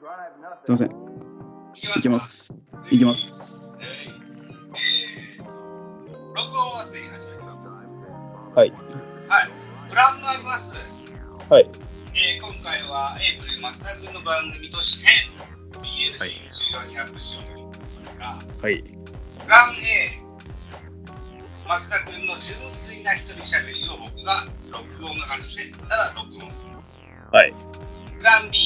いません。いきます。いきます。えーと録音はすでに始めております。はい。プランがあります。はい。えー今回はエイプリル増田君の番組として BLC24 にアップしようと思ってますが、はい。プラン A、増田君の純粋な一人喋りを僕が録音係として、ただ録音する。はい。プラン B、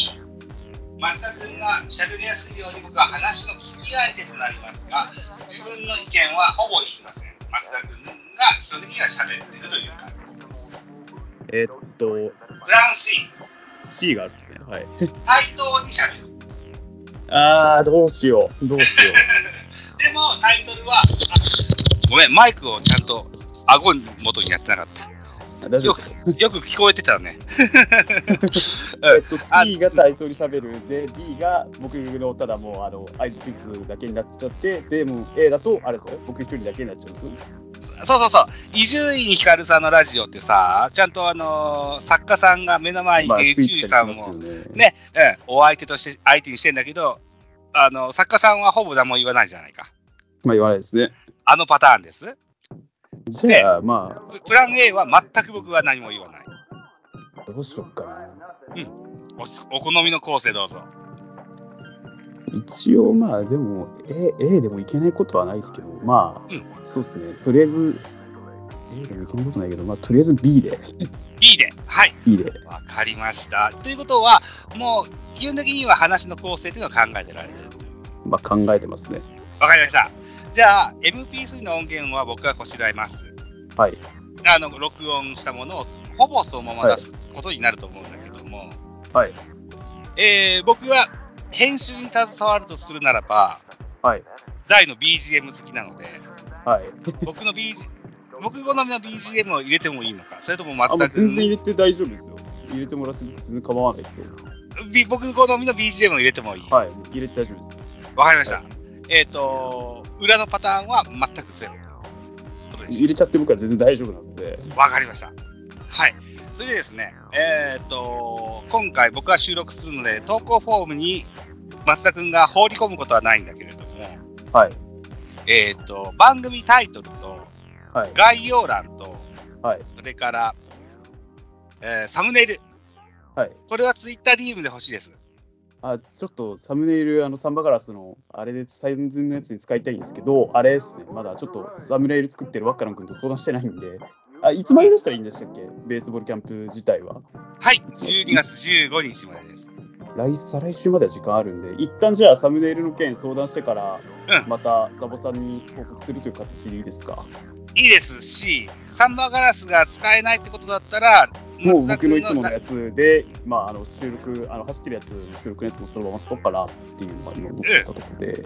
増田君が喋りやすいように僕は話の聞き相手となりますが、自分の意見はほぼ言いません。増田君が基本的には喋ってるという感じです。えーっと、プラン C、 C があるんですね。はい。対等に喋る。あー、どうしよう。どうしよでもタイトルは、ごめん、マイクをちゃんと顎に元にやってなかった。う。 大丈夫よでくすかよく聞こえてたね。えーっと、あ T が対等に喋る。で、D が僕のただもう、あの、アイスピックだけになっちゃって、で、もう A だと、あれですよね。僕一人だけになっちゃうんですよ。そうそうそう伊集院光さんのラジオってさちゃんとあのー作家さんが目の前にいて伊集院さんも、ね。ねうん、お相手として相手にしてんだけどあの作家さんはほぼ何も言わないじゃないかまあ言わないですね。あのパターンですじゃあ、まププラン A は全く僕は何も言わないあ、どうしよっかな。おすお好みの構成どうぞ一応まあでも A, A でもいけないことはないですけど、まあ、うんそうですね。とりあえず A でもいけないことないけど、まあとりあえず B で、 B ではい B で。わかりましたということはもう基本的には話の構成というのは考えてられてるまあ考えてますね。わかりましたじゃあ MP3 の音源は僕がこしらえますはい。あの録音したものをほぼそのまま出すことになると思うんだけども、はい。えー僕が編集に携わるとするならば、はい。大の BGM 好きなので、はい。僕の BG 僕好みの BGM を入れてもいいのか、それともあ、松も田う全然君、入れて大丈夫ですよ。入れてもらって僕全然構わないですよ。 B- 僕好みの BGM を入れてもいい。わ、はい。入れて大丈夫です。かりました。はえっ、と、裏のパターンは全くゼロということでした入れちゃって僕は全然大丈夫なので。わかりました。はい。それでですね、えーっと、今回僕が収録するので、投稿フォームに増田くんが放り込むことはないんだけれども、はい。えーっと、番組タイトルと、はい概要欄と、はいそれから、えーサムネイル。はいこれはツイッター DM で欲しいです。あちょっとサムネイル、あのサンバガラスのあれで最善のやつに使いたいんですけど、あれですね、まだちょっとサムネイル作ってるワッカラン君と相談してないんで、あいつまで出したらいいんでしたっけ、ベースボールキャンプ自体は。はい。12月15日までです。来再来週までは時間あるんで、一旦じゃあサムネイルの件相談してからう、またサボさんに報告するという形でいいですか。いいですし、サンバガラスが使えないってことだったら、もう僕のいつもなのやつで、まあ、あの収録、あの走ってるやつの収録のやつもそのまま使おうかなっていうのが今思ってたところで、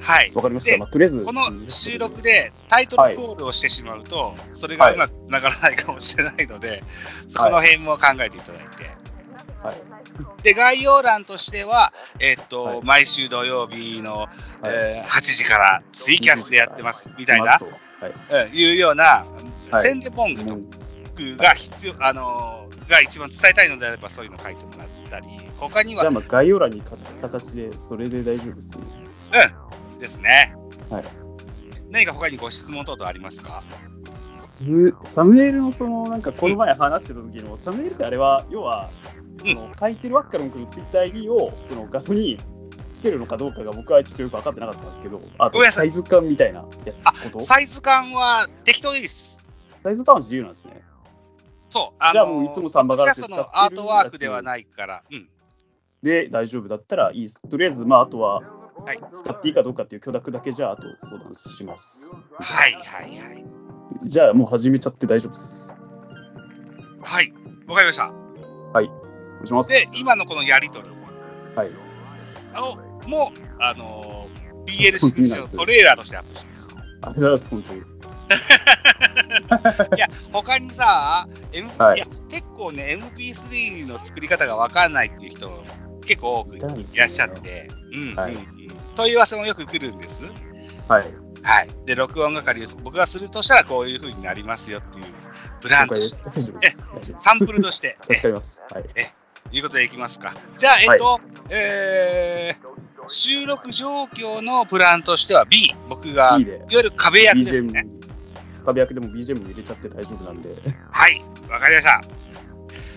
はい。わかりましでた、まあ、とりあえず。この収録でタイトルコールをしてしまうと、それがうまくつながらないかもしれないので、そこの辺も考えていただいて。はいで概要欄としては、えっとはい毎週土曜日の、はいえー8時からツイキャスでやってますみたいなま、あはいうんいうような、はい宣伝文具とかが必要、あのーが一番伝えたいのであればそういうの書いてもらったり他にじゃあはまあ概要欄に書く形でそれで大丈夫ですね。ですね、はい何か他にご質問等々ありますかむサムネイルのそのなんかこの前話してた時のサムネイルってあれは要はうんその書いてるワッカルン君のツイッター ID をその画像につけるのかどうかが僕はちょっとよく分かってなかったんですけどあごとめんなさサいイズ感みたいなやあことササイズ感は適当でいいです。イズ感は自由なんですね。そう。あのじゃあもういつもサンバガラスポでッ使ドっキてャるストのアートワークではないから。うん。で大丈夫だったらいいです。とりあえずまああとははい。使っていいかどうかっていう許諾だけじゃああと相談します。はいはいはい。じゃあもう始めちゃって大丈夫です。はい。わかりました。お願いします。で、今のこのやりとりはい。を、もう、あの ー、そうです BL ね出身のトレーラーとしてアップします。ありがとうございます本当に。いや、他にさ、M はいいや結構ね、MP3 の作り方がわかんないっていう人、結構多くいたんですよらっしゃって、うん、はいうん、うん。問い合わせもよく来るんです。はい。はい。で、録音係を僕がするとしたら、こういうふうになりますよっていう、プ了ランと解しでてす。大丈夫です。大丈夫です。サンプルと して、助かります。はい。いうことでいきますか。じゃあ、えっと、えー収録状況のプランとしては B、僕が、い B わでゆる壁役ですね。 BGM 壁役でも BGM 入れちゃって大丈夫なんではい、わかりました。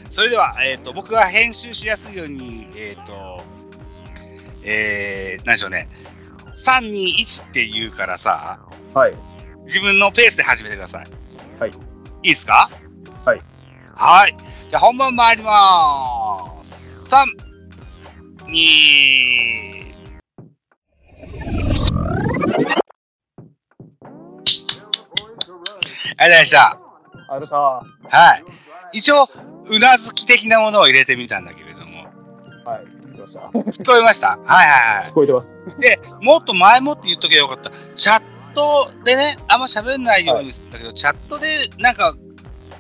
それでは、えっ、と、僕が編集しやすいように、えっ、と、えー、何でしょうね。3、2、1って言うからさ、はい自分のペースで始めてください。はいいいですかはい。はい。じゃあ本番参ります。3、2、ありがとうございました。あれさはい。一応、うなずき的なものを入れてみたんだけれども、はい聞いてました聞こえましたはいはいは聞こえてますい。で、もっと前もって言っときゃよかった。チャットでね、あんま喋んないようにするんだけど、チャットでなんか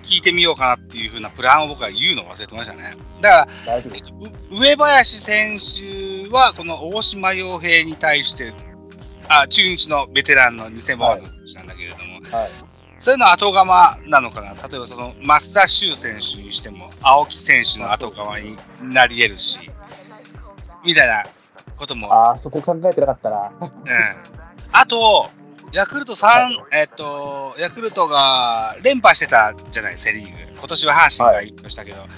聞いてみようかなっていう風なプランを僕は言うの忘れてましたね。だから、大丈夫えでっすとう上林選手は、この大島洋平に対して、あ中日のベテランの2000本の選手なんだけれども、はいそういうの後釜なのかな、例えばその増田修選手にしても、青木選手の後釜になり得るし、みたいなことも、あーそこ考えてなかったなうん、あと、ヤクルト三えっと、ヤクルトが連覇してたじゃない、セ・リーグ、今年は阪神が優勝したけど、はい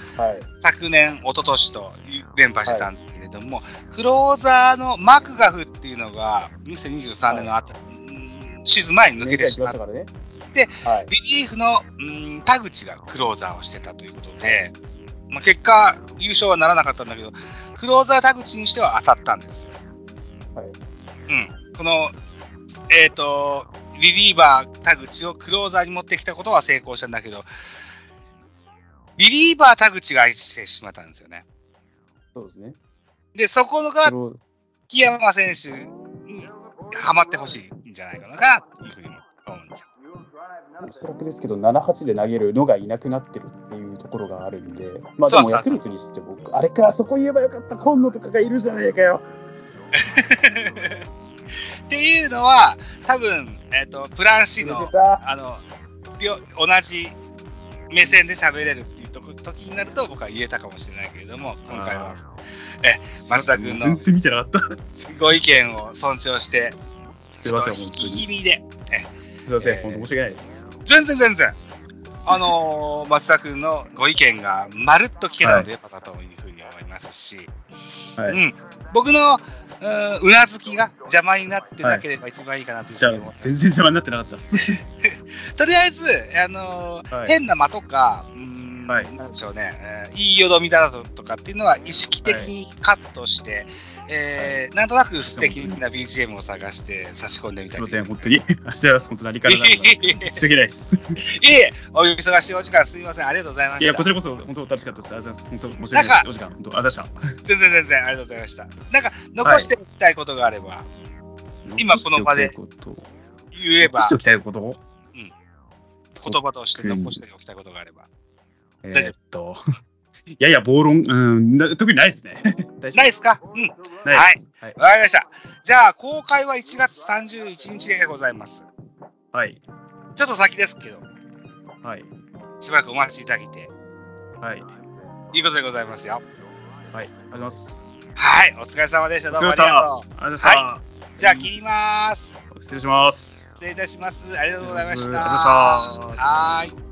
昨年、一昨年と連覇してたんだけれども、クローザーのマクガフっていうのが、2023年のあた、うんシーズン前に抜けてしまっ年間行きましたからねではいリリーフのうん田口がクローザーをしてたということで、まあ、結果、優勝はならなかったんだけど、クローザー田口にしては当たったんですよ。はいうん、この、えっとリリーバー田口をクローザーに持ってきたことは成功したんだけど、リリーバー田口が愛してしまったんですよね。そうですねで、そこがその木山選手にはまってほしいんじゃないかなというふうにも思うんですよ。おそらくですけど7-8で投げるのがいなくなってるっていうところがあるんでまあでそうそうそもうヤクルトにしてもあれかあそこ言えばよかった今野とかがいるじゃないかよっていうのは多分、えっとプラン C 入れのてたあの両同じ目線で喋れるっていうとこ時になると僕は言えたかもしれないけれども今回は松田君の全然見てなかった。ご意見を尊重してすちいょまっとせん、本引当きに。気味ですいませえーん、本当申し訳ないです。全然全然あのー松田君のご意見がまるっと聞けたのでよかったというふうに思いますし、はいうん、僕のうんうなずきが邪魔になってなければ一番いいかなというふじゃあうに思います。全然邪魔になってなかったっす。とりあえず、あのーはい変な間とか、うーんはいなんでしょうね、えーいいよどみだとかっていうのは意識的にカットして、えーなんとなく素敵な BGM を探して差し込んでみすたいりません、本当に。ありがとうございます、本当に。ありからなので。申し訳ないです。 いえいえ、お忙しいお時間すみません、ありがとうございました。いや、こちらこそ、本当楽しかったです。ありがとうございます。本当申し訳ないです。お時間、本当、ありがとうございまし全然全然、ありがとうございました。なんか、残しておきたいことがあれば、た。今この場で残しておきたいこと言え残しば、ておきたいこと言葉として残しておきたいことがあれば。え丈夫ーっと。いやいや、暴論、うん、な特にないですね。大丈ないですかうん、わか夫ないです。はい。りました。じゃあ、公開は1月31日でございます。はい。ちょっと先ですけど、はい。しばらくお待ちいただいて、はい。いいことでございますよ。はい。ありがとうございます。はい、お疲れ様でした。どうおもあり疲れ様でしたがとう。ありがとうございました。じゃあ、切ります。失礼します。失礼いたします。ありがとうございましあた。りがとうございましたはーい。